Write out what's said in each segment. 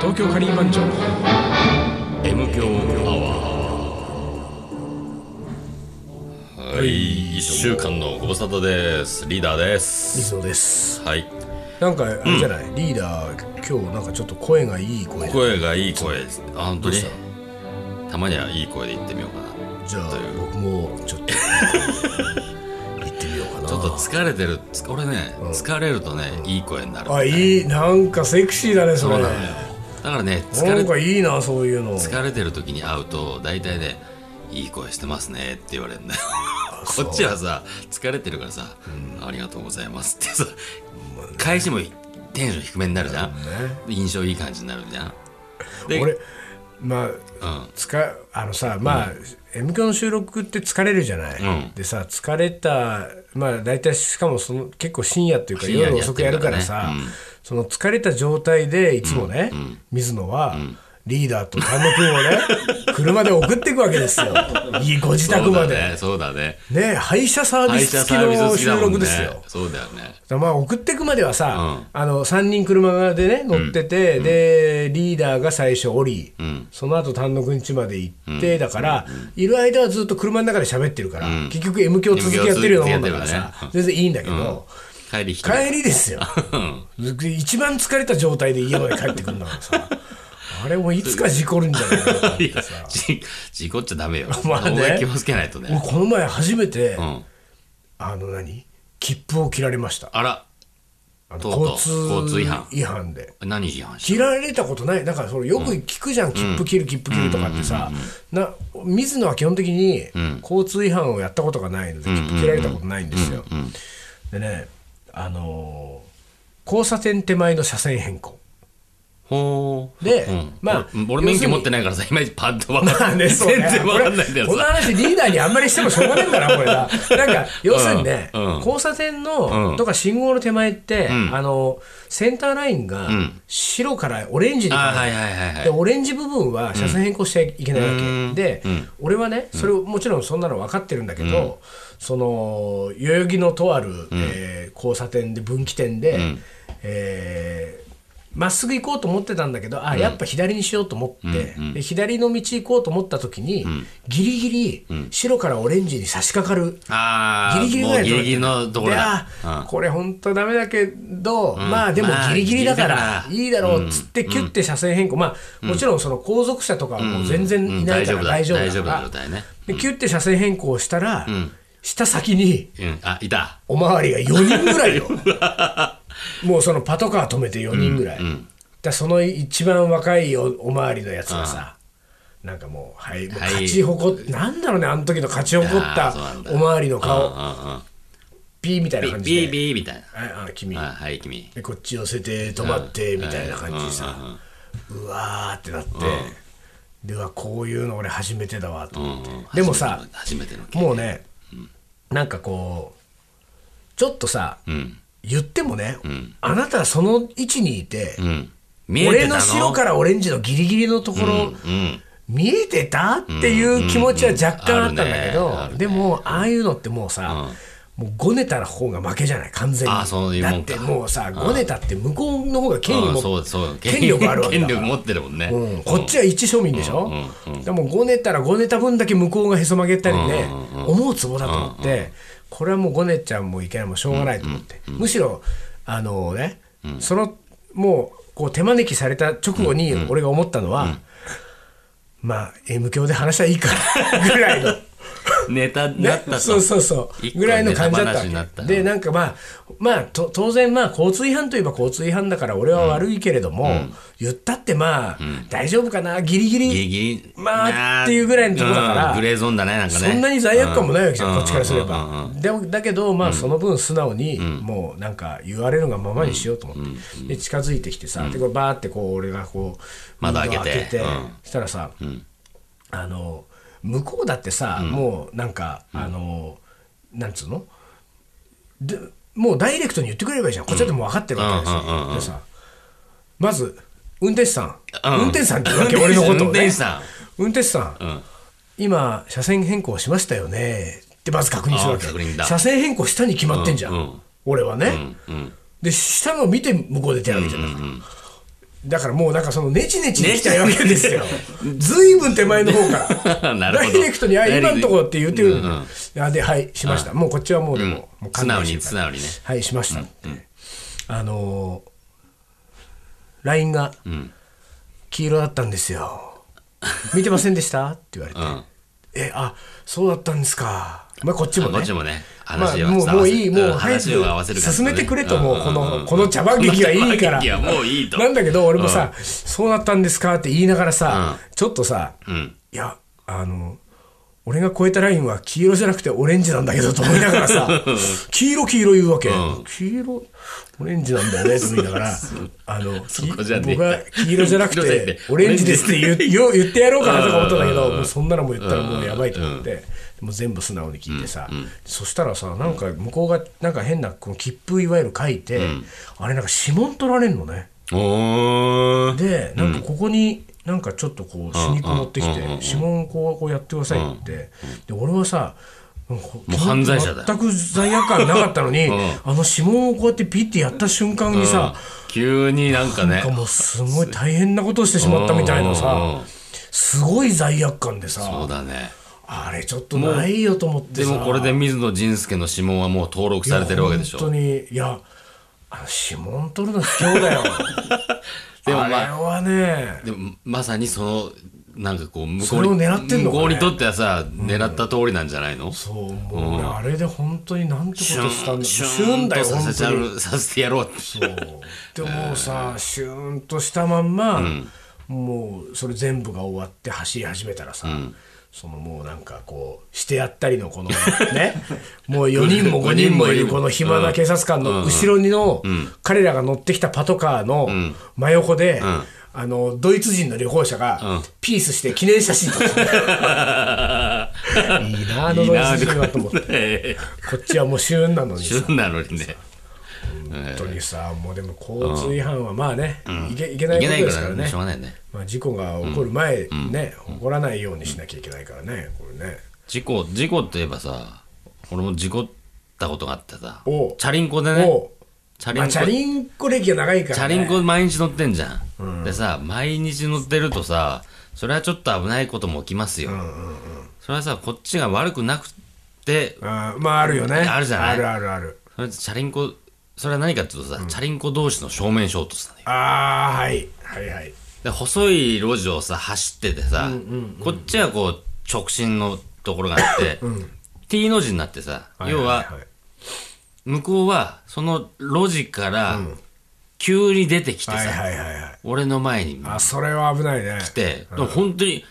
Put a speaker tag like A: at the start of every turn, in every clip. A: 東京カリー番長
B: M 強アワーはい1週間のご無沙汰ですリーダーです
C: 水野です
B: はい
C: なんかあれじゃない、リーダー今日なんかちょっと声がいい声じゃ
B: 声がいい声ですあ本当
C: ど
B: に
C: うした
B: たまにはいい声で言ってみようかな
C: じゃあ
B: という
C: 僕もちょっと行ってみようかな
B: ちょっと疲れてるつ俺ね、疲れるとねいい声になる
C: あいいなんかセクシーだねそれ
B: そうな
C: な
B: のよだからね疲れ
C: んかいいなそういうの
B: 疲れてる時に会うと大体ね「いい声してますね」って言われる んだよこっちはさ疲れてるからさ「ありがとうございます」ってさ返しもテンション低めになるじゃん、印象いい感じになるじゃんで
C: 俺ま
B: う
C: あ、
B: ん
C: つかあのさまあ、M 響の収録って疲れるじゃない、
B: うん
C: でさ疲れたまあ大体しかもその結構深夜っていうか
B: 深夜
C: 夜
B: にや
C: 遅
B: って
C: くや
B: る
C: る
B: か
C: から
B: ね
C: らさ
B: うん
C: その疲れた状態でいつもね、水野は、リーダーと丹野君をね 車で送っていくわけですよいいご自宅
B: そう
C: ま
B: だ
C: で
B: ねそうだね
C: ね歯医者サービ
B: 配
C: ス
B: 車
C: 付
B: サ
C: き
B: ービス
C: の
B: 好きだ
C: 収
B: もん
C: 録
B: ね
C: ですよ、
B: そうだよね
C: まあ送ってくまでは
B: う
C: さ、
B: ん
C: あの3人車でね乗ってて、でリーダーが最初降り、
B: ん
C: その後丹野くん家まで行って、だから、いる間はずっと車の中で喋ってるから、
B: うん
C: 結局 M 響続きやってるようなもんだからさ、
B: M 響続
C: 全然いいんだけど、
B: 帰り一人
C: 帰りですよ一番疲れた状態で家まで帰ってくるんだからさあれもういつか事故るんじゃないかなと思っ
B: い
C: て
B: や
C: さ
B: 事事故っちゃダメよ、
C: まあね
B: そこは気をつけないと
C: 俺
B: ね
C: この前初めて、
B: うん
C: あの何切符を切られました
B: あら
C: あの
B: とうとう
C: 交
B: 交
C: 通
B: 通
C: 違
B: 違
C: 反
B: 反
C: で。
B: 何批判し
C: 切られたことない、だからそれよく聞くじゃん、切符切る、切符切るとかってさ、な水野は基本的に交通違反をやったことがないので、切符切られたことないんですよ。でね、あのー交差点手前の車線変 更。
B: ほう
C: で
B: うん
C: まあ
B: 俺俺
C: 要
B: 免
C: する
B: 許
C: に
B: 持ってないからさいまいちパッと分かん
C: ま
B: な
C: あ
B: い、
C: ねそう
B: 全
C: ね
B: 然分かんないんだよ
C: これこの
B: さ
C: 話リーダーにあんまりしてもしょうがねえんだな、これ な。なんか、要するにね、
B: うんうん
C: 交差点
B: う
C: の
B: ん
C: とか信号の手前って、
B: ん
C: あの、センターラインが
B: ん
C: 白からオレンジに変わ
B: あ
C: る
B: はいはいはいはい
C: でオレンジ部分は車線変更しちゃいけないわけ、
B: うん
C: で、俺はねそれをもちろんそんなの分かってるんだけど、その代々木のとある、えー交差点で分岐点で、えーまっすぐ行こうと思ってたんだけどあやっぱ左にしようと思って、で左の道行こうと思った時に、ギリギリ白からオレンジに差し掛かる
B: あ
C: ギ
B: あ、
C: リギリぐ
B: も
C: ら
B: う
C: い
B: ギリギリのところ
C: で
B: だ。
C: あ
B: うん
C: これ本当ダメだけど、まあでも
B: まあ
C: ギリギリだか
B: ギ
C: ら
B: リだから
C: いいだろうっつってキュッて車線変更、まあもちろんその後続車とかはもう全然いないから
B: うんうん
C: 大
B: 大
C: 丈
B: 丈
C: 夫
B: 夫だ
C: だから、
B: 大丈夫な状態ね
C: でキュッて車線変更したら、した先に
B: うん、あ、いた。
C: おまわりが4人ぐら いよもうそのパトカー止めて4人ぐらい、だその一番若いおおまわりのやつがさ、なんかもう,、はい、もう
B: はい
C: 勝ち誇っなんだろうねあの時の勝ち誇っ
B: あーそうなん
C: た
B: だ
C: おまわりの
B: うんう
C: 顔
B: ん
C: ピーみたいな
B: う
C: 感
B: ん。
C: じで
B: ビービーみたいな。
C: ああ君
B: あはい、君。
C: でこっち寄せて止まってみたいな感じで
B: うんうん
C: さうわーってなってでうわこういうの俺初めてだわと
B: う
C: 思っ
B: んうん
C: てでもさ
B: 初めての。初めての
C: もうねなんかこうちょっとさ
B: うん。
C: 言ってもねあなたその位置にいて
B: うん。見えて
C: 俺
B: たの
C: の白からオレンジのギリギリのところ
B: うん。
C: 見えてたっていう気持ちは若干あったんだけ
B: うんうんうんあるねあ
C: ど
B: るね
C: でもああいうのってもうさ、もうごねた方が負けじゃない完全に
B: あそういうも
C: だっ
B: んか
C: てもうさごねたって向こうの方が権威
B: うん
C: も
B: そうそう。
C: 権力あるわけだ
B: 権
C: から
B: 力持ってるもんね。
C: うん、こっちは一庶民でしょ、
B: うん
C: でもごねたらごねた分だけ向こうがへそ曲げたりね、思うツボだと思って、これはもうごねちゃんもいけないもうしょうがないと思って、むしろあのね、そのもうこう手招きされた直後に俺が思ったのは、まあ M 教で話はゃいいからぐらいの。
B: ネタに
C: ね
B: なったと。
C: そうそうそ
B: 一
C: う
B: 個
C: ぐらいの感じだったわ
B: ネタ話
C: け
B: になった
C: でなんかまあまあと当然まあ交通違反といえば交通違反だから俺は悪いけれども、言ったってまあ、大丈夫かなギリギリ
B: ギリギリ。
C: まあっていうぐらいのとこだから
B: うんグレーゾーンだね、なんかね。
C: そんなに罪悪感もないわけじゃん、
B: う
C: こっちからすれ
B: うんうんうん
C: ば。でもだけど、まあ、その分素直に、もうなんか言われるがままにしようと思って、で近づいてきてさ、でこうバーってこう俺がこう
B: 窓開けて
C: 窓
B: うん
C: したらさ、あの向こうだってさ、もうなんか、あのなんつうのでもうダイレクトに言ってくれればいいじゃんこっちだってもう分かってるわけだ
B: うんうんうんうん
C: しでさまず運転手さん、
B: うん
C: 運転手さんって言うわけ俺のことを、ね、
B: 運転手さん
C: 運転手さん、今車線変更しましたよねってまず確認するわけ
B: あー確認だ
C: 車線変更したに決まってんじゃん、
B: うんうん
C: 俺はね、
B: うん。
C: で下の見て向こうで手を挙げてるんだから、だからもうなんかそのネチネチできちゃうわけですよ。 ずいぶん手前の方から。
B: なるほど
C: ダイレクトに、あ、今のところって言ってる、
B: うん
C: あで、はい、しました。もうこっちはもうでも、もう
B: 素
C: 勘
B: 直
C: 弁
B: に
C: して
B: 素
C: ください
B: 直にね
C: はい、しましたって。あのー、LINE が、黄色だったんですよ。見てませんでしたって言われて。
B: うん
C: え、あ、そうだったんですか。まあこっちも
B: こ
C: ね
B: っち。もね
C: まあ、
B: 話を
C: もうもういい、もう早
B: 話を合わせ
C: く
B: る感じ
C: 進
B: だ
C: め
B: ね
C: てくれと、もうこ
B: んんん
C: の
B: ん
C: この茶番劇はいいから
B: この茶番劇はもういいと
C: なんだけど俺もさ、そうだったんですかって言いながらさ、ちょっとさ、
B: ん
C: いやあの俺が越えたラインは黄色じゃなくてオレンジなんだけどと思いながらさ黄色黄色言うわけ、黄色オレンジなんだよねと思いながらあのき
B: こじゃねえ
C: 僕は黄色じゃなく
B: 黄色じゃね
C: て
B: え
C: オレンジですって言う言う言ってやろうかなとか思ったんだけ
B: うんうん
C: ど
B: うん
C: もうそんなのも言ったらもうやばいと思って。もう全部素直に聞いてさ、そしたらさなんか向こうがなんか変なこの切符いわゆる書いて、あれなんか指紋取られるのね
B: おー
C: でなんかここになんかちょっとこう死肉持ってきて
B: うんうんうん
C: 指紋をこうこうやってくださいって言ってで俺はさなんかこう
B: もう犯罪者だよ
C: 全く罪悪感なかったのに、
B: ん
C: あの指紋をこうやってピッてやった瞬間にさ、
B: 急になんかね
C: なんかもうすごい大変なことをしてしまったみたいな
B: うんうん
C: さ
B: うん
C: すごい罪悪感で
B: そう
C: さ
B: だね
C: あれちょっとないよと思って
B: で
C: さ
B: もこれで水野仁介の指紋はもう登録されてるわけでしょ
C: 本当にいやあの指紋取るの卑怯だよ
B: でもまあ
C: あれはね
B: でもまさにそのなんかこう向こ
C: そうれ
B: に
C: を狙ってんのかね
B: 向こうにとってはさ狙った通りなんじゃないの、
C: そうもう俺あれで本当になんてことしたんだ
B: シ
C: シ
B: ュ
C: ュ
B: ー
C: ー
B: ン
C: ン
B: と
C: だよ
B: さ
C: 本
B: せちゃ
C: 当に
B: うさせてやろうって
C: でもうさシューンとしたまんま、もうそれ全部が終わって走り始めたらさ、そのもうなんかこうしてやったりのこのね もう4人も5人もいるこの暇な警察官の後ろにの彼らが乗ってきたパトカーの真横で、あのドイツ人の旅行者がピースして記念写真撮って たいいなあのドイツ人はと思って
B: て
C: こっちはもう旬なのに
B: シ
C: さ
B: ューンなのにね
C: 本当にさ、もうでも交通違反はまあね、いけいけない
B: い
C: こと
B: けない
C: で
B: か
C: すからら
B: ね
C: ね
B: しょう、がないね
C: まあ、事故が起こる前、ね、起こらないようにしなきゃいけないからね、これね。
B: 事故事故といえばさ俺も事故ったことがあってさチ
C: おう
B: ャリンコでね
C: も
B: チャ
C: う、
B: リ
C: まあ、
B: ンコ
C: チャリンコ歴が長いか
B: チ
C: ら、
B: ャ
C: ね、
B: リンコ毎日乗ってんじゃん、でさ毎日乗ってるとさそれはちょっと危ないことも起きますよ、それはさこっちが悪くなくて
C: あーまあ、あるよね。
B: あるじゃない
C: あるあるある。
B: それチャリンコそれは何かっていうとさ、チャリンコ同士の正面衝突だね
C: ああ、はい。はいはい。
B: で細い路地をさ走っててさ、こっちはこう直進のところがあって、T の字になってさ、要
C: い
B: はい
C: い
B: 向こうはその路地から急に出てきてさ、
C: はいはいはいはい。
B: 俺の前に
C: あ、それは危ないね。
B: 来て、でも本当に、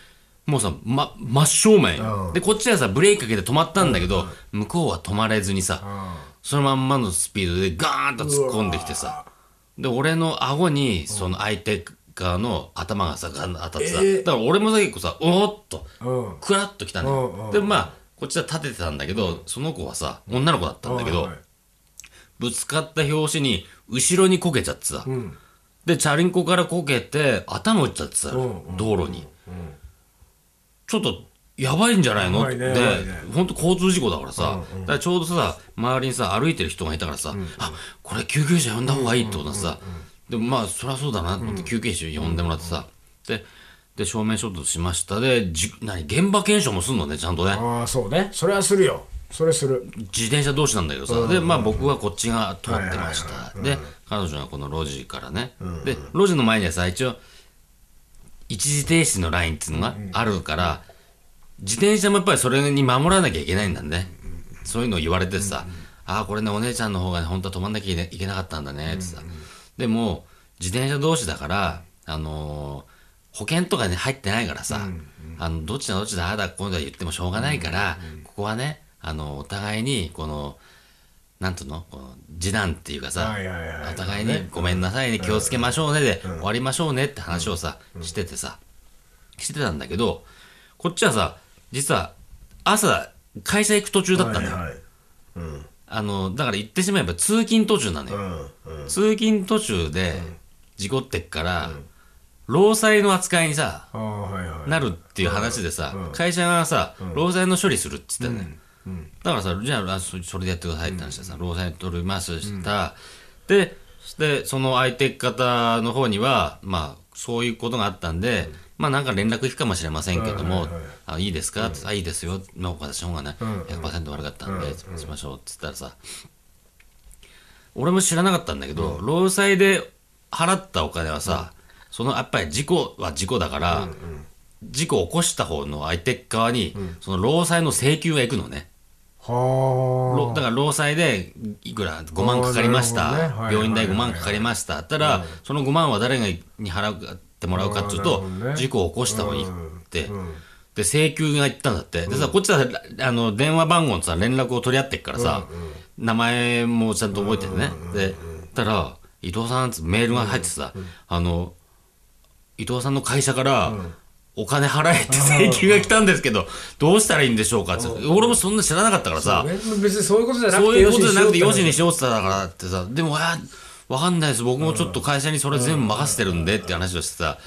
B: もうさ、ま、真正面よ、
C: うん
B: で、こっちはさ、ブレーキかけて止まったんだけど、向こうは止まれずにさ、そのまんまのスピードでガーンと突っ込んできてさ、で、俺の顎に、その相手側の頭がさ、ガンと当たってさ、
C: えー
B: だから俺もさ、結構さ、おーっと、
C: うん。
B: クラッときたのよ、
C: うんうん
B: で、まあ、こっちは立ててたんだけど、その子はさ、女の子だったんだけど、
C: はいはい
B: ぶつかった拍子に、後ろにこけちゃってさ、
C: ん
B: で、チャリンコからこけて、頭打っちゃって
C: ん
B: さ、
C: うん
B: 道路に、ちょっと、やばいんじゃないの
C: や
B: っ
C: ば
B: て、
C: いねやばいね
B: 本当交通事故だからさ、だからちょうどさ、周りにさ、歩いてる人がいたからさ、あ、これ救急車呼んだ方がいいってことださ、でもまあ、そりゃそうだなと思って救急車呼んでもらってさ、で、で、正面衝突しましたで、じ、何、現場検証もすんのね、ちゃんとね。
C: ああ、そうね。それはするよ。それする。
B: 自転車同士なんだけどさ、で、まあ、僕はこっちが通ってました、で、彼女がこの路地からね、で路地の前にはさ一応一時停止のラインっていうのがあるから、自転車もやっぱりそれに守らなきゃいけないんだね、そういうのを言われてさ、ああこれねお姉ちゃんの方がね本当は止まんなきゃいけなかったんだねってさ、でも自転車同士だからあのー保険とかね入ってないからさ、あのどっちだどっちだああだこうだ言ってもしょうがないから、ここはねあのお互いにこのなんとのこの示談っていうかさ、
C: はいはいはい
B: お互いにごめんなさいね気をつけましょうねで終わりましょうねって話をさしててさしてたんだけどこっちはさ実は朝会社行く途中だったんだよ
C: はいはい。
B: あのだから言ってしまえば通勤途中なのよ
C: うん。うん。
B: 通勤途中で事故ってっから労災の扱いにさ
C: ああ、はいはい。
B: なるっていう話でさ、会社がさ、労災の処理するっつってね、だからさじゃああそそれでやってくださいって話でさ、労災取りました、ででその相手方の方にはまあそういうことがあったんで、まあなんか連絡行くかもしれませんけども、
C: はいはいはい
B: あいいですか、あいいですよ、まあ、お私の方がね、
C: ん
B: 100%悪かったんで、そうしましょうっつったらさ、俺も知らなかったんだけど、労災で払ったお金はさ、そのやっぱり事故は事故だから、事故を起こした方の相手側に、その労災の請求が行くのね。ろ
C: は
B: だから労災でいくら5万かかりまし
C: なる
B: た、
C: ほどねはい
B: 病院代5万かかりました、たら、その5万は誰がに払うかってもらうかっていう
C: あ
B: と、
C: ーなるほどね
B: 事故を起こした方にって、
C: ん
B: で請求が行ったんだって、でさこっちはあの電話番号のさ連絡を取り合ってっからさ、名前もちゃんと覚えててね、でたら伊藤さんつってメールが入ってさ、あの伊藤さんの会社から、お金払えって請求が来たんですけど、どうしたらいいんでしょうかって、俺もそんな知らなかったからさ、
C: あ、ね別にそういうことじゃなくて
B: そういうことじゃなくて、よ
C: よ
B: し
C: しに
B: にしようって言ったからってさ、でも、あわかんないです。僕もちょっと会社にそれ全部任せてるんでって話をしてさ、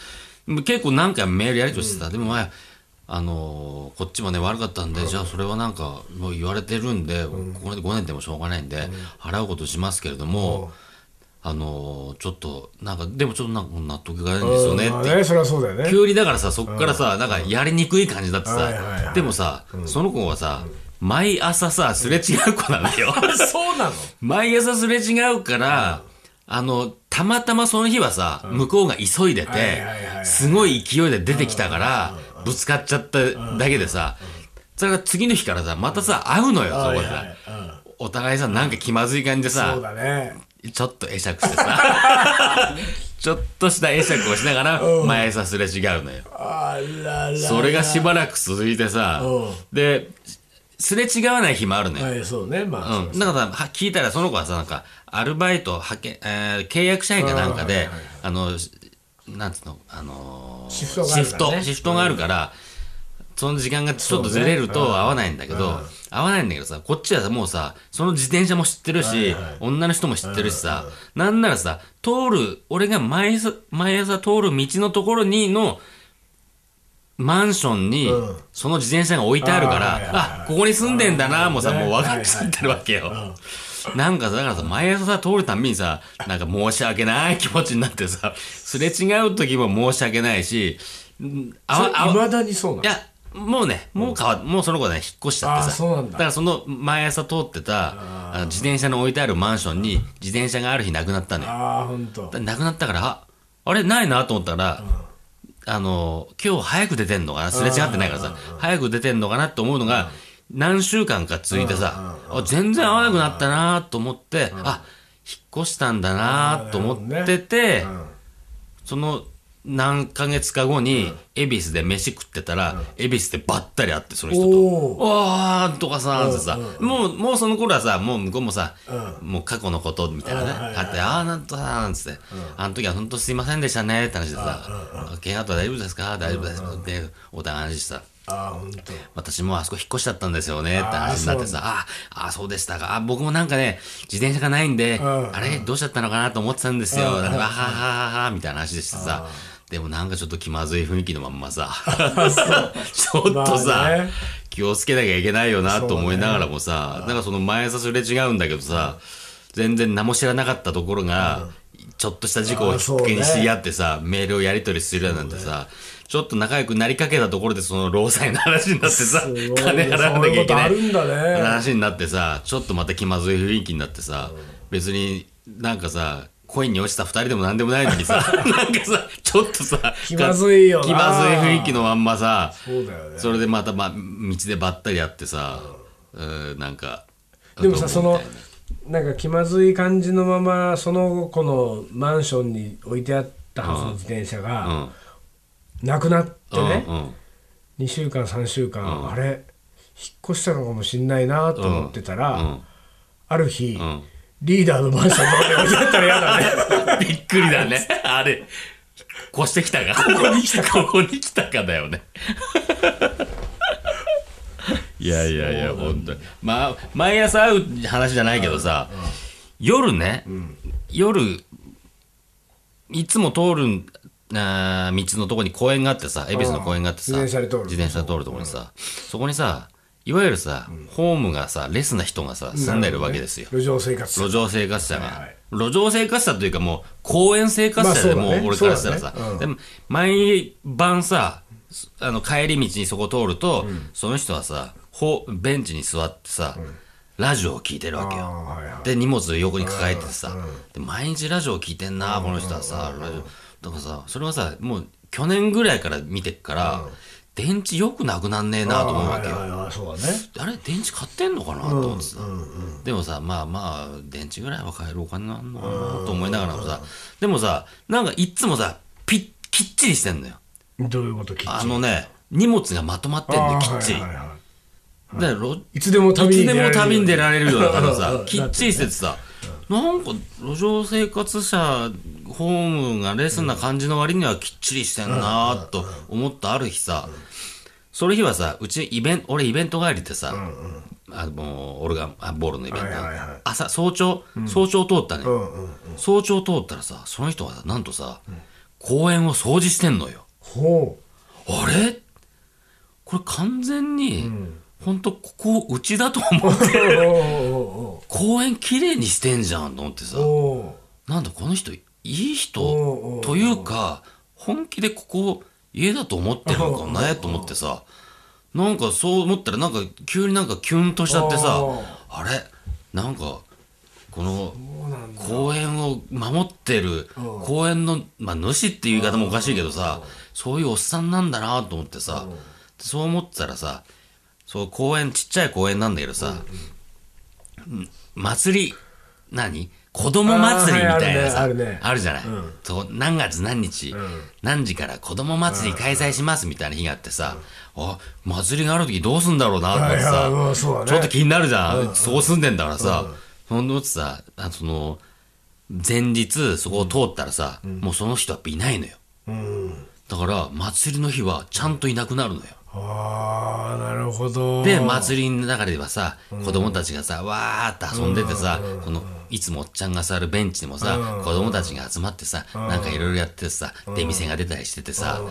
B: 結構何回もメールやりとりしてた。でも、まああのーこっちもね、悪かったんで、じゃあそれはなんか、もう言われてるんで、ここで5年でもしょうがないんで、払うことしますけれども、あのーちょっと、なんか、でもちょっとなんか納得がいかないんですよね
C: ま
B: っ
C: あ
B: て
C: ねそれはそうだよね
B: 急にだからさそっからさなんかやりにくい感じだって
C: はいはいは
B: さ
C: い
B: でもさその子はさ毎朝さすれ違う子なのよ
C: そうなの
B: 毎朝すれ違うからあのたまたまその日はさ向こうが急いで
C: はい
B: て
C: はいはい
B: すごい勢いで出てきたからぶつかっちゃっただけでさそれから次の日からさまたさ会うのよそこでさ
C: うん
B: お互いさなんか気まずい感じで
C: そう
B: さ
C: だね
B: ちょっと会釈してさ ちょっとした会釈をしながら毎朝すれ違うのよ
C: あららら
B: それがしばらく続いてさ
C: うん、
B: で、すれ違わない日もあるね。
C: はいそうねまあ、
B: うん。なんかさ、は聞いたらその子はさ、なんか、アルバイト、派遣、えー契約社員かなんかで、あの、しなんつうの、あのー
C: シフトがあるからね
B: シフト、シフトがあるから、その時間がちょっとずれると合わないんだけど、合わないんだけどさ、こっちはさ、もうさ、その自転車も知ってるし、女の人も知ってるしさ、なんならさ、通る、俺が毎朝、毎朝通る道のところにの、マンションに
C: うん、
B: その自転車が置いてあるか
C: あー
B: ら、
C: はいはいはい
B: あ、ここに住んでんだな、もうさ、
C: ね
B: もう分かっちゃってるわけよ。なんかさ、だからさ、毎朝さ、通るたんびにさ、なんか申し訳ない気持ちになってさ、すれ違う時も申し訳ないし、んあわ、あ
C: い
B: わ、
C: まだにそうないの
B: や、もうね、もう変わっもうその子ね、引っ越しちゃって
C: あー
B: さ。
C: そうなんだ
B: からその毎朝通ってた、あの自転車の置いてあるマンションに、自転車がある日なくなったのよ。
C: ああほんと
B: だなくなったから、ああれないなと思ったら、あの、今日早く出てんのかなすれ違ってないからさ、早く出てんのかなって思うのが、何週間か続いてさ、あ全然合わなくなったなと思って、あ、引っ越したんだなと思ってて、その何ヶ月か後に、恵比寿で飯食ってたら、恵比寿でばったり会って、その人と。
C: おお
B: わーとかさ、なんてさ、もう、もうその頃はさ、もう向こうもさ、もう過去のことみたいなね、あって、ああ、なんとさ、なんつって、あの時は本当すいませんでしたね、って話でさ、ケンアと大丈夫ですか大丈夫ですかって、お互い話してさ、
C: ああほんと
B: 私もあそこ引っ越しちゃったんですよね、って話になってさ、ああー、そうでしたか、あ僕もなんかね、自転車がないんで、
C: ん
B: あれ、どうしちゃったのかなと思ってたんですよ、なんかあはははは、みたいな話でしてさ、でもなんかちょっと気まずい雰囲気のまんま さ、 ちょっと
C: まあ
B: さ
C: ね、
B: 気をつけなきゃいけないよなと思いながらもさ、なんかその前朝すれ違うんだけどさ、全然何も知らなかったところが、ちょっとした事故をきっかけに知り合ってさ、メールをやり取りするなんてさ、ちょっと仲良くなりかけたところでその労災の話になってさ、
C: すごい
B: 金
C: ね
B: 払わなきゃいけない
C: そういうことあるんだね
B: 話になってさ、ちょっとまた気まずい雰囲気になってさ、別になんかさ、恋に落ちた二人でも何でもないの にさ、なんかさ、ちょっとさ、
C: 気まずいよな
B: 気まずい雰囲気のまんまさ、
C: そうだよね
B: それでまた、まあ、道でばったり会ってさ、うん、なんか
C: でもさそ
B: どう
C: の
B: みたいな
C: なんか気まずい感じのままその子のマンションに置いてあったはずの自転車がなくなってね、
B: うんうん
C: 2週間3週間、あれ引っ越したのかもしんないなと思ってたら、
B: うん
C: ある日、
B: ん
C: リーダーのマンションに置いてあったら嫌 だね
B: びっくりだねあれ越してきたかここに来たかここに来たかだよねいやいやいや本当にまあ毎朝会う話じゃないけどさ、夜ね、夜いつも通るあー道のとこに公園があってさ恵比寿の公園があってさ、
C: 自転車で通る
B: 自転車で通るところにさ、そこにさいわゆるさ、ホームがさ、レスな人がさ、住んでるわけですよ。
C: 路上生活
B: 路上生活者が、
C: はいはい
B: 路上生活者というかもう公園生活者で
C: まあ
B: も
C: そう
B: う
C: だね
B: 俺からしたら
C: そ
B: さ、
C: うだねうん
B: でも毎晩さあの帰り道にそこ通ると、その人はさほベンチに座ってさ、ラジオを聞いてるわけ
C: あ
B: よ
C: ーはいはい
B: で荷物を横に抱えてさ、で毎日ラジオを聞いてんな、この人はさ、ラジオだからさそれはさもう去年ぐらいから見てっから、電池よくなくなんねえなと思うわけよ、
C: はいはいはいそうだね
B: あれ電池買ってんのかなと思ってさ、でもさまあまあ電池ぐらいは買えるお金なんのかなと思いながらもさでもさなんかいっつもさピッきっちりしてんのよ
C: どういうこときっちり
B: あのね荷物がまとまってんのよきっちり、
C: あーはいはいはい
B: だからろ
C: いつでも旅
B: い
C: に
B: つ
C: 出
B: で
C: られる
B: も旅に出られるようなから
C: うんうん
B: さ
C: うん
B: きっちりしててさなんか路上生活者ホームがレスな感じの割にはきっちりしてんなと思ったある日さその日はさうちイベント俺イベント帰りってさ、あの俺があボールのイベント、
C: はいはいはい
B: 朝早朝早朝通ったね、
C: うんうん
B: 早朝通ったらさその人がさなんとさ、公園を掃除してんのよ
C: ほ
B: あれこれ完全に、本当ここうちだと思って
C: うお
B: 公園きれいにしてんじゃんと思ってさ
C: ーおーおーお
B: なんだこの人い
C: おう
B: い
C: おうお
B: 人
C: う
B: というか本気でここ家だと思ってるのかねと思ってさなんかそう思ったらなんか急になんかキュンとしちゃってさ
C: おう
B: あれなんかこ
C: ー
B: の
C: そうなんだ
B: 公園を守ってる公園の、まあ、主っていう言い方もおかしいけどさそういうおっさんなんだなと思ってさそう思ってたらさそう公園ちっちゃい公園なんだけどさ、うん祭り何子供祭りみたいな
C: あーはい
B: さあ
C: あ
B: る,、
C: るねあるね
B: じゃない、そう何月何日、何時から子供祭り開催しますみたいな日があってさ、あ祭りがある時どうすんだろうなと思ってさ、
C: はいはいうんそうだね
B: ちょっと気になるじゃん、そう住んでんだからさ、その時さあその前日そこを通ったらさ、もうその人はやっぱいないのよ
C: うん
B: だから祭りの日はちゃんといなくなるのよ
C: ああなるほど
B: で祭りの中ではさ子供たちがさわーって遊んでてさこのいつもおっちゃんが座るベンチでもさ子供たちが集まってさなんかいろいろやっててさ出店が出たりしててさ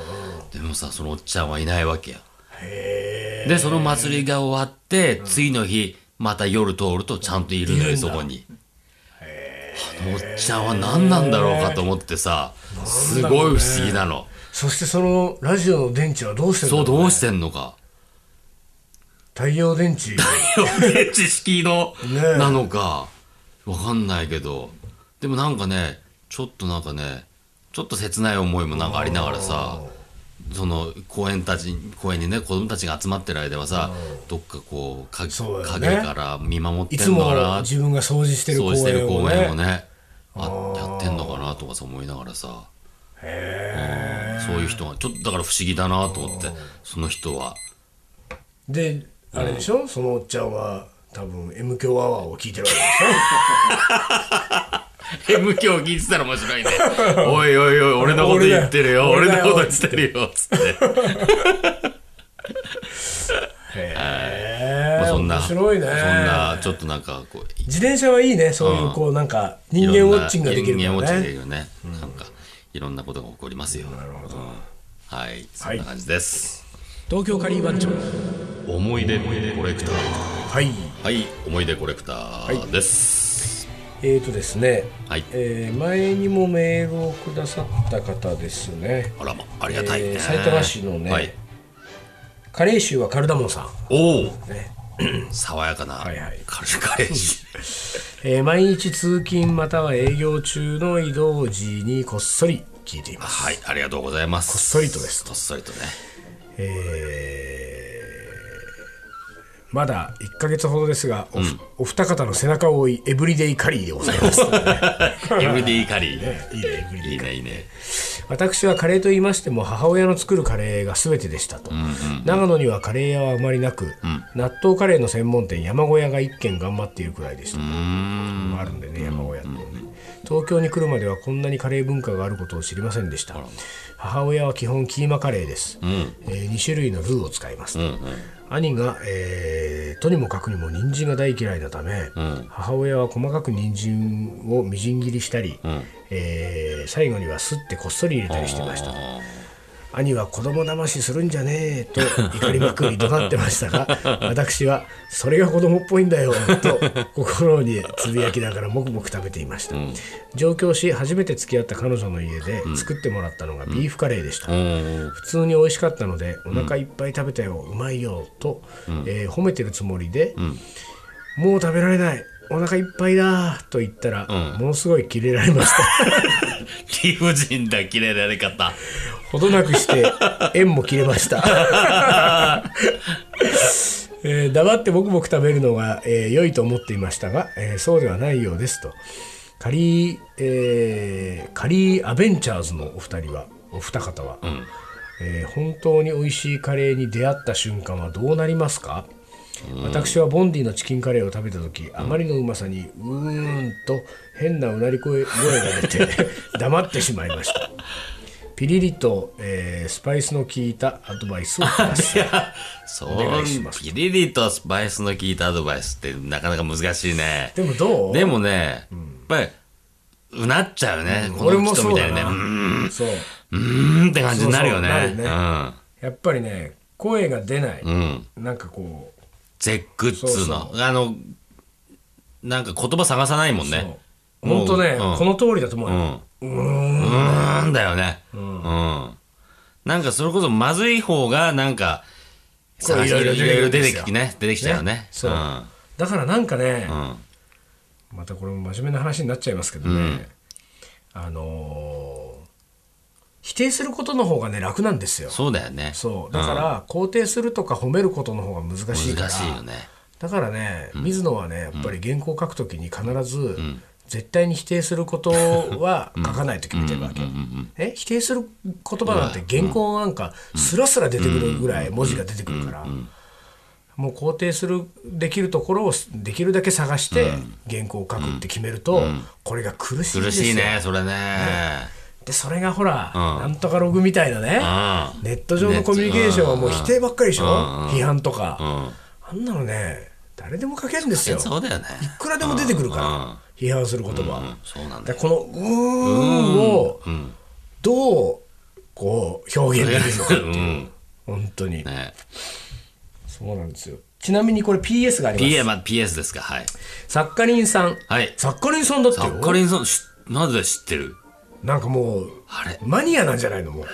B: でもさそのおっちゃんはいないわけよ
C: へ
B: でその祭りが終わって次の日また夜通るとちゃんといるのよそこにあのおっちゃんは何なんだろうかと思ってさすごい不思議なの
C: ーそしてそのラジオの電池はどうしてる
B: そ
C: の
B: うどうしてんのか
C: 太陽電池
B: 電池式の
C: ねえ
B: なのかわかんないけどでもなんかねちょっとなんかねちょっと切ない思いもなんかありながらさその公園たち公園にね子供たちが集まってる間はさどっかこうか
C: そうだよね
B: 影から見守って
C: い
B: ん
C: つ
B: の
C: も
B: かなって
C: 自分が掃除してる公
B: そうしてる
C: 園を
B: 公園を
C: ね
B: ねあやってんのかなとかさ思いながらさうんそういう人がちょっとだから不思議だなと思ってその 人は
C: であれでしょそのおっちゃんは多分 M 響アワーを聞いてるわけでしょ
B: M 響聞いてたら面白いね。 おいおいおい、俺のこと言ってるよ。俺
C: 俺だ
B: の
C: よ
B: こと言ってるよ。つって。
C: へ
B: まあ
C: え
B: そんな、
C: 面白いね
B: そんな、ちょっとなんか、こう、
C: 自転車はいいねそういうこうなんか人間ウォッチングができる
B: 人間ウォ
C: か
B: ッチン
C: ら
B: グでき
C: ね
B: るよね。なんか、いろんなことが起こりますよ。なるほど。はい、そんな感じです。
C: 東京カリー番長
B: 思い出コレクター。
C: はい
B: はい、思い出コレクターです。
C: えーとですね
B: はい。
C: えー前にもメールをくださった方ですね
B: あらま、ありがたい
C: え
B: ね。
C: ー埼玉市のね
B: はい。
C: カレー臭はカルダモンさん
B: おお
C: ね。
B: 爽やかな。
C: はいはい
B: カレーカレージ。
C: えー毎日通勤または営業中の移動時にこっそり聞いています
B: はい、ありがとうございます。こっ
C: そりとです
B: こっそりとね。
C: えーまだ1ヶ月ほどですがお,、お二方の背中を追いエブリデイカリーでご ざいます
B: MD カ リー。
C: いいねエブリデイ
B: いいね、いいね。
C: 私はカレーと言いましても母親の作るカレーが全てでしたと、長野にはカレー屋はあまりなく、納豆カレーの専門店山小屋が1軒頑張っているくらいでした、あるんでね山小屋っていうのね、東京に来るまではこんなにカレー文化があることを知りませんでした母親は基本キーマカレーです、え2種類のルーを使います、兄が、えーとにもかくにも人参が大嫌いなため、母親は細かく人参をみじん切りしたり、えー最後にはすってこっそり入れたりしてました
B: あ
C: 兄は子供騙しするんじゃねえと怒りまくり怒鳴ってました が私はそれが子供っぽいんだよと心につぶやきながらもくもく食べていました、上京し初めて付き合った彼女の家で作ってもらったのがビーフカレーでした、
B: うん
C: 普通に美味しかったのでお腹いっぱい食べたよ、うまいよと、えー褒めてるつもりで、もう食べられないお腹いっぱいだと言ったら、ものすごいキレられました
B: 理不尽だ切れられ 方
C: ほどなくして縁も切れました、えー黙ってもくもく食べるのが、えー良いと思っていましたが、えーそうではないようですとカリー、えーカリーアベンチャーズのお二人はお二方は、えー本当に美味しいカレーに出会った瞬間はどうなりますか私はボンディのチキンカレーを食べた時あまりのうまさにうーんと変なうなり声声が出て 黙ってしまいましたピリリと、えースパイスの効いたアドバイスをください
B: そう
C: 願いします
B: ピリリとスパイスの効いたアドバイスってなかなか難しいね
C: でもどう
B: でもね、やっぱりうなっちゃうね、こ
C: 俺
B: の
C: も
B: 人
C: そう
B: みた
C: だ
B: いなね
C: な
B: うーん
C: そう
B: うーんって感じになるよね
C: そうそうなるね
B: う
C: や
B: ん
C: っぱりね声が出ない、
B: ん
C: なんかこう
B: 絶句っつうのあのなんか言葉探さないもんね
C: そう本当ね、
B: もううん
C: この通りだと思う
B: う
C: よ、
B: んうーんだよねうんなんかそれこそまずい方がなんか
C: こう
B: 探し
C: いろいろ
B: いろいろ出
C: 出
B: て
C: てき
B: きね出てきちゃうね
C: そう、
B: ん
C: だからなんかね、
B: うん
C: またこれも真面目な話になっちゃいますけどね、あのー否定することの方がね楽なんですよ
B: そうだよね
C: そうだから、肯定するとか褒めることの方が難しいから
B: 難しいよね
C: だからね、水野はねやっぱり原稿を書くときに必ず、絶対に否定することは書かないと決めてるわけ、え否定する言葉なんて原稿なんかスラスラ出てくるぐらい文字が出てくるから、もう肯定するできるところをできるだけ探して原稿を書くって決めると、これが苦しいんで
B: 苦
C: すよ
B: しいねそれね
C: でそれがほら、なんとかログみたいなね、
B: う
C: ネット上のコミュニケーションはもう否定ばっかりでしょ、批判とか、
B: ん
C: あんなのね誰でも書けるんですよ
B: そうだよね
C: いくらでも出てくるから、批判する言葉は、
B: そうなん
C: だ
B: だ
C: からこの「うーん」をどうこう表現できるの かっていう、本当に、
B: ね
C: そうなんですよちなみにこれ PS があります、
B: PA まあ PS ですかはい
C: サッカリンさん、
B: はい
C: サッカリンさんだって
B: サッ
C: よ
B: カリンさんしなぜ知ってる
C: なんかもう
B: あれ
C: マニアなんじゃないのもう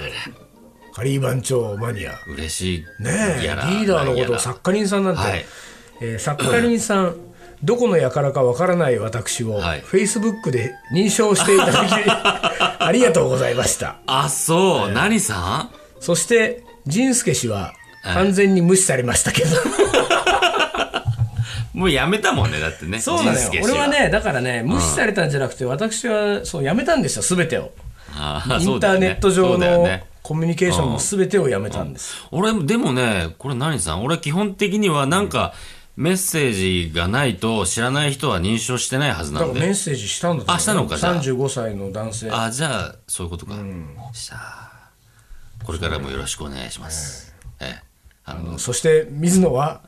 C: カリー番長マニア
B: 嬉しい
C: ねえリ
B: やら
C: ーダーのことをサッカリンさんなんて、
B: はい
C: えーサッカリンさん どこのやからかわからない私を、
B: はい
C: フェイスブックで認証していた だきありがとうございました
B: あそう、何さん
C: そして仁助氏は完全に無視されましたけど、
B: もうやめたもんねだって ね
C: そうなのよ
B: 仁助氏
C: 俺はねだからね無視されたんじゃなくて私はそうやめたんですよ全てを
B: あ
C: イ
B: そ
C: ン
B: うだ
C: タ
B: よ
C: ー
B: ね
C: ネット上
B: そうだよ
C: の
B: ね
C: コミュニケーションの全てをやめたんです、
B: 俺もでもねこれ何さん俺基本的にはなんか、メッセージがないと知らない人は認証してないはずな
C: だ
B: ん
C: からメ
B: で
C: ッセージしたんだと思う
B: あしたのかじゃあ
C: 35歳の男性
B: あじゃあそういうことか、さあこれからもよろしくお願いします、ええあの
C: そして水野は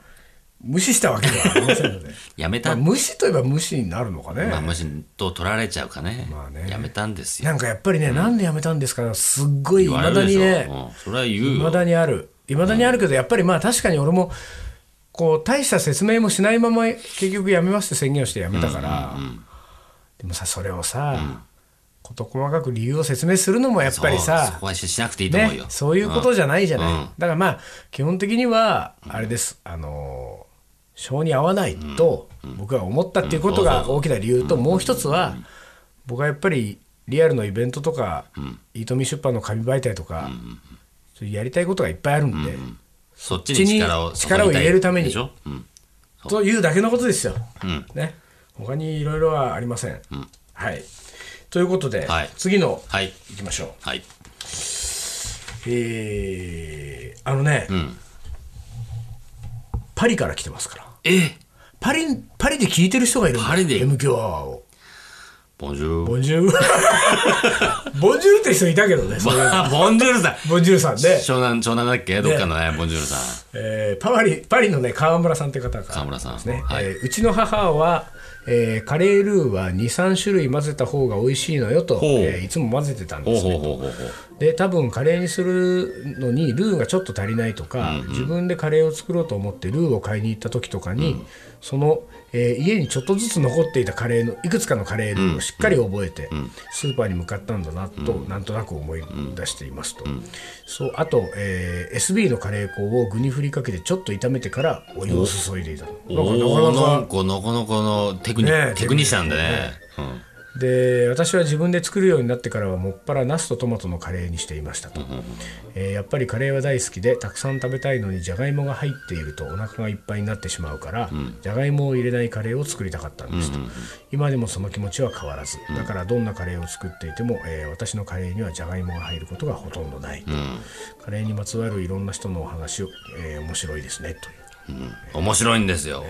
C: 無視したわけではありませんので、
B: やめ
C: まあ
B: た、ま
C: 無視といえば無視になるのかね、
B: あ、もしと取られちゃうかね,、
C: まあね
B: やめたんですよ
C: なんかやっぱりね、なんでやめたんですかすっごい
B: 言
C: 未
B: われる
C: だ
B: で
C: に
B: しょ
C: ね
B: うん、それは言う
C: 未
B: よ
C: だにある未だにあるけどやっぱりまあ確かに俺もこう大した説明もしないまま結局やめますって宣言をしてやめたから、でもさそれをさ、事細かく理由を説明するのもやっぱり
B: そうそ
C: さ
B: こはししなくていいと思うよ、
C: ね、そういうことじゃないじゃない、だからまあ基本的にはあれです、あのー性に合わないと僕は思ったっていうことが大きな理由ともう一つは僕はやっぱりリアルのイベントとかイートミー出版の紙媒体とかそういうやりたいことがいっぱいあるんで
B: そっちに力
C: そ
B: を
C: っちに力を入れるために
B: でしょ、うん、
C: というだけのことですよ
B: ん。
C: ね他にいろいろはありません。はいということで
B: はい
C: 次の
B: はい
C: いきましょう。
B: はい
C: えーあのね、パリから来てますから
B: え
C: パリパリで聞いてる人がいるんだ
B: パリで
C: M 強アワーを
B: ボンジュー
C: ボ
B: ル
C: ンジュール ボンジュールって人いたけどねそれ
B: あ ボンジュールさん
C: ボンジュールさんで、
B: 湘南湘南だっけどっかのねボンジュールさん
C: えーパリパリのね川村さんって方から
B: 川村さん
C: ですね、
B: はい
C: えーうちの母は、えーカレールーは23種類混ぜた方が美味しいのよと、
B: ほう
C: えーいつも混ぜてたん
B: ほう
C: です
B: ほう
C: ね
B: ほうほうほう
C: で多分カレーにするのにルーがちょっと足りないとか、自分でカレーを作ろうと思ってルーを買いに行った時とかに、その、えー家にちょっとずつ残っていたカレーのいくつかのカレールーをしっかり覚えて、スーパーに向かったんだなと、なんとなく思い出していますと、そうあと、えー SB のカレー粉を具に振りかけてちょっと炒めてからお湯を注いでいた
B: お
C: の
B: ーなんかなかなかのテクニ、
C: ねえ
B: テクニシャンだね。
C: で私は自分で作るようになってからはもっぱらナスとトマトのカレーにしていましたと、えーやっぱりカレーは大好きでたくさん食べたいのにじゃがいもが入っているとお腹がいっぱいになってしまうから、じゃがいもを入れないカレーを作りたかったんですと、今でもその気持ちは変わらずだからどんなカレーを作っていても、えー私のカレーにはじゃがいもが入ることがほとんどないと、カレーにまつわるいろんな人のお話を、えー面白いですねという
B: うんうん面白いんですよ、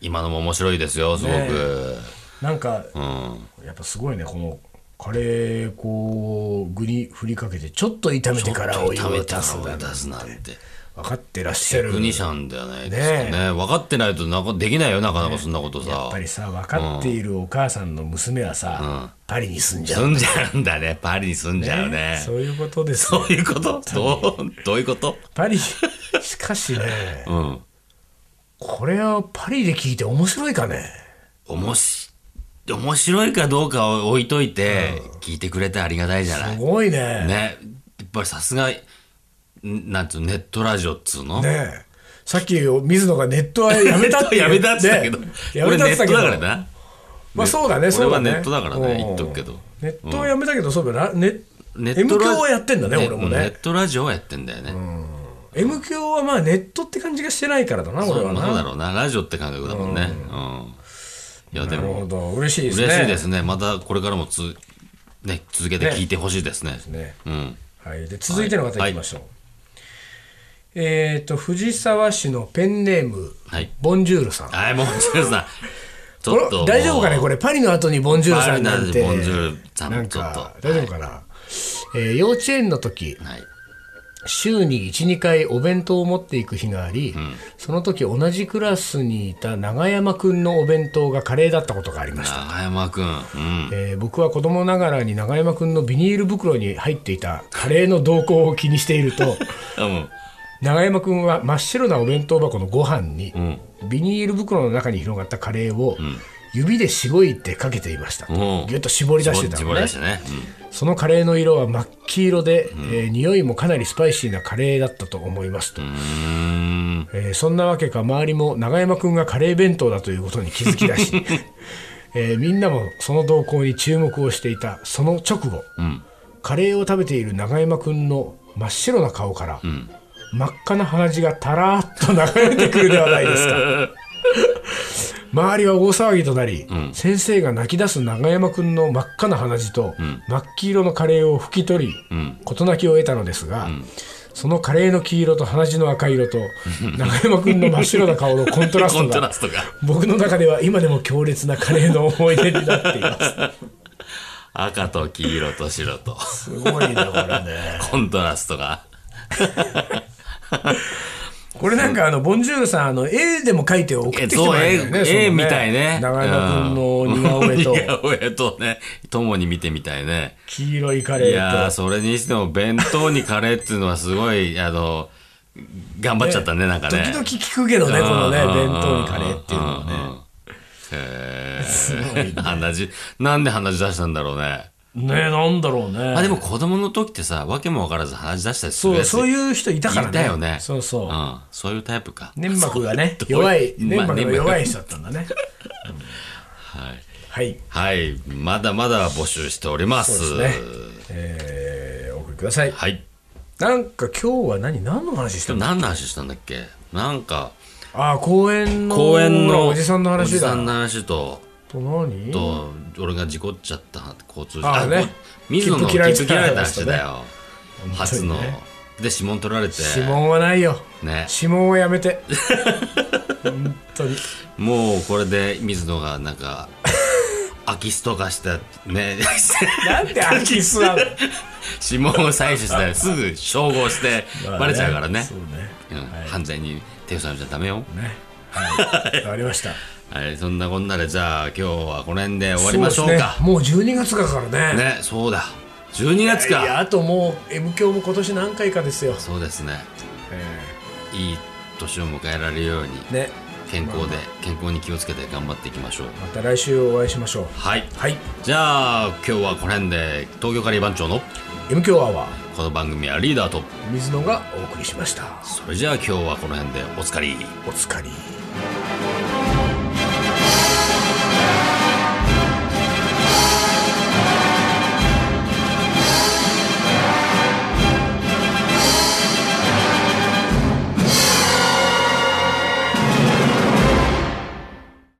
B: 今のも面白いですよすごく、
C: ねなんか
B: うん
C: やっぱすごいねこのカレーこう具に振りかけてちょっと炒めてからお湯
B: 食
C: を
B: べた
C: 出す
B: のを
C: なん
B: 出
C: て
B: すなんて
C: 分かってらっしゃ
B: テ
C: る
B: クニシ
C: や
B: ャンじゃないですかね
C: ね
B: 分かってないとなかできないよなかなかそんなことさ
C: っ、ぱりさ分かっているお母さんの娘はさ、パリに住んじゃう
B: 住んじゃうんだねパリに住んじゃうね
C: そういうことです
B: そういうことどうどういうこと
C: パリしかしね
B: うん
C: これはパリで聞いて面白いかね
B: おもし面白いかどうかを置いといて、聞いてくれてありがたいじゃない
C: すごいね
B: ねやっぱりさすがんなんつうのネットラジオっつうの、
C: ねえさっき水野がネットはやめたって
B: やめたっつったけど、
C: ねや
B: こ
C: め
B: れ
C: たっ
B: ネ
C: つっ
B: ッ
C: たけ
B: トだから
C: ど
B: な
C: まあそうだね、
B: 俺
C: そうだ
B: は
C: ね。
B: ネットだからね
C: うん
B: 言っとくけど
C: ネットはやめたけど、そうだな、ネッ
B: ネッ
C: M
B: トラ
C: 響をやってんだね、
B: ね
C: 俺も
B: ネ
C: ね
B: ッ。トラジオはやってんだよね、
C: M 響はまあネットって感じがしてないからだな、
B: そ
C: 俺
B: う
C: は
B: まあそうだ
C: な。
B: ろうなラジオって感覚だもんねうん、いやで
C: なるほ
B: も
C: ど、嬉しいですね。
B: 嬉しいですねまたこれからもつ、ね、続けて聞いてほしいですね
C: ね
B: うん
C: はい、で続いての方いきましょう。えっと、藤沢市のペンネーム、
B: はい
C: ボンジュールさん。
B: はいもうジュールさんち
C: こ
B: ょっとも
C: れ
B: う
C: 大丈夫かねこれパリの後にボンジュールさんなんて
B: パリの後にボンジュールさん
C: なん
B: ちょっ
C: か
B: と
C: 大丈夫かな、えー幼稚園の時
B: はい
C: 週に12回お弁当を持っていく日があり、その時同じクラスにいた永山くんのお弁当がカレーだったことがありました、
B: 長山君うん
C: えー僕は子供ながらに永山くんのビニール袋に入っていたカレーの動向を気にしている と
B: うん
C: 永山くんは真っ白なお弁当箱のご飯に、
B: ん
C: ビニール袋の中に広がったカレーを、指でしごいてかけていました、
B: うん
C: ぎゅっと絞り出してた
B: 絞
C: の
B: り
C: ね
B: 出してね、うん
C: そのカレーの色は真っ黄色で、えー匂いもかなりスパイシーなカレーだったと思いますと、
B: うーん
C: えーそんなわけか周りも永山くんがカレー弁当だということに気づきだし、 えーみんなもその動向に注目をしていたその直後、カレーを食べている永山くんの真っ白な顔から、真っ赤な鼻血がたらーっと流れてくるではないですか周りは大騒ぎとなり、先生が泣き出す永山くんの真っ赤な鼻血と、真っ黄色のカレーを拭き取り事、なきを得たのですが、そのカレーの黄色と鼻血の赤色と永山くんの真っ白な顔のコントラス
B: コ
C: ト
B: ント
C: が
B: ラストが
C: 僕の中では今でも強烈なカレーの思い出になっています。
B: 赤と黄色と 白と
C: すごいな、これね。
B: コントラストが
C: これなんか、あの、ボンジュールさん、あの、絵でも描いて送ってきてもらえたよね。
B: え
C: そ
B: そう
C: の
B: 絵絵みたいね
C: 長山君の似顔絵と、
B: 似顔絵とね共に見てみたいね
C: 黄色いカ
B: い
C: レ
B: やー
C: ーと。
B: それにしても弁当にカレーっていうのはすごいあの頑張っちゃったねなんかね
C: 時々聞くけどね、このね、
B: うん
C: 弁当にカレーっていうのは
B: うん
C: ね。
B: へ
C: すごいね
B: ー鼻血なんで鼻血出したんだろうね
C: ねなんだろうね。
B: まあでも子供の時ってさわけも分からず鼻血出したりする
C: そ
B: や
C: う、
B: つ
C: そういう人いたからね。
B: いたよね
C: そうそう。
B: ん、そういうタイプか
C: 粘膜がね
B: そう、
C: 弱い、
B: ま
C: 粘
B: あ
C: 膜が
B: 粘
C: 弱
B: 膜
C: い人だったんだね。
B: はい
C: はい。
B: はい、まだまだ募集しております。
C: そうですねえー、お送りください。
B: はい。
C: なんか今日は何、何の話して
B: で
C: ん
B: も
C: の
B: 何の話したんだっけなんか、
C: ああ、公園の、
B: 公園の
C: おじさんの
B: おじ
C: 話
B: さ
C: だ。
B: んの話と、
C: と何
B: と、俺が事故っちゃった交通事故。
C: ああね
B: こ水野の
C: 切符
B: 切
C: 切られて
B: 符切られた話だよ。
C: 本当
B: 初
C: に
B: の
C: ね。
B: で、指紋取られて、
C: 指紋はないよ
B: ね。
C: 指紋はやめ て本当に
B: もうこれで水野がなんか、 空き巣とかした、ね、
C: なんで空き巣なの
B: 指紋を採取したらすぐ照合して バレちゃうからね
C: そう。ね
B: うん犯罪に手を染めちゃダメよ。
C: ねはいわかりました
B: はい、そんなこんなでじゃあ今日はこの辺で終わりましょう
C: そ
B: か
C: ですねもう12月だからね
B: ねそうだ12月
C: いや
B: か
C: あともう M 響も今年何回かですよ、
B: そうですね
C: え
B: いい年を迎えられるように
C: ーね
B: 健康で健康に気をつけて頑張っていきましょう
C: また来週お会いしましょう
B: はい
C: はい
B: じゃあ今日はこの辺で東京カリー番長の
C: M 響アワー
B: この番組はリーダーと
C: 水野がお送りしました
B: それじゃあ今日はこの辺でおつかり
C: おつかり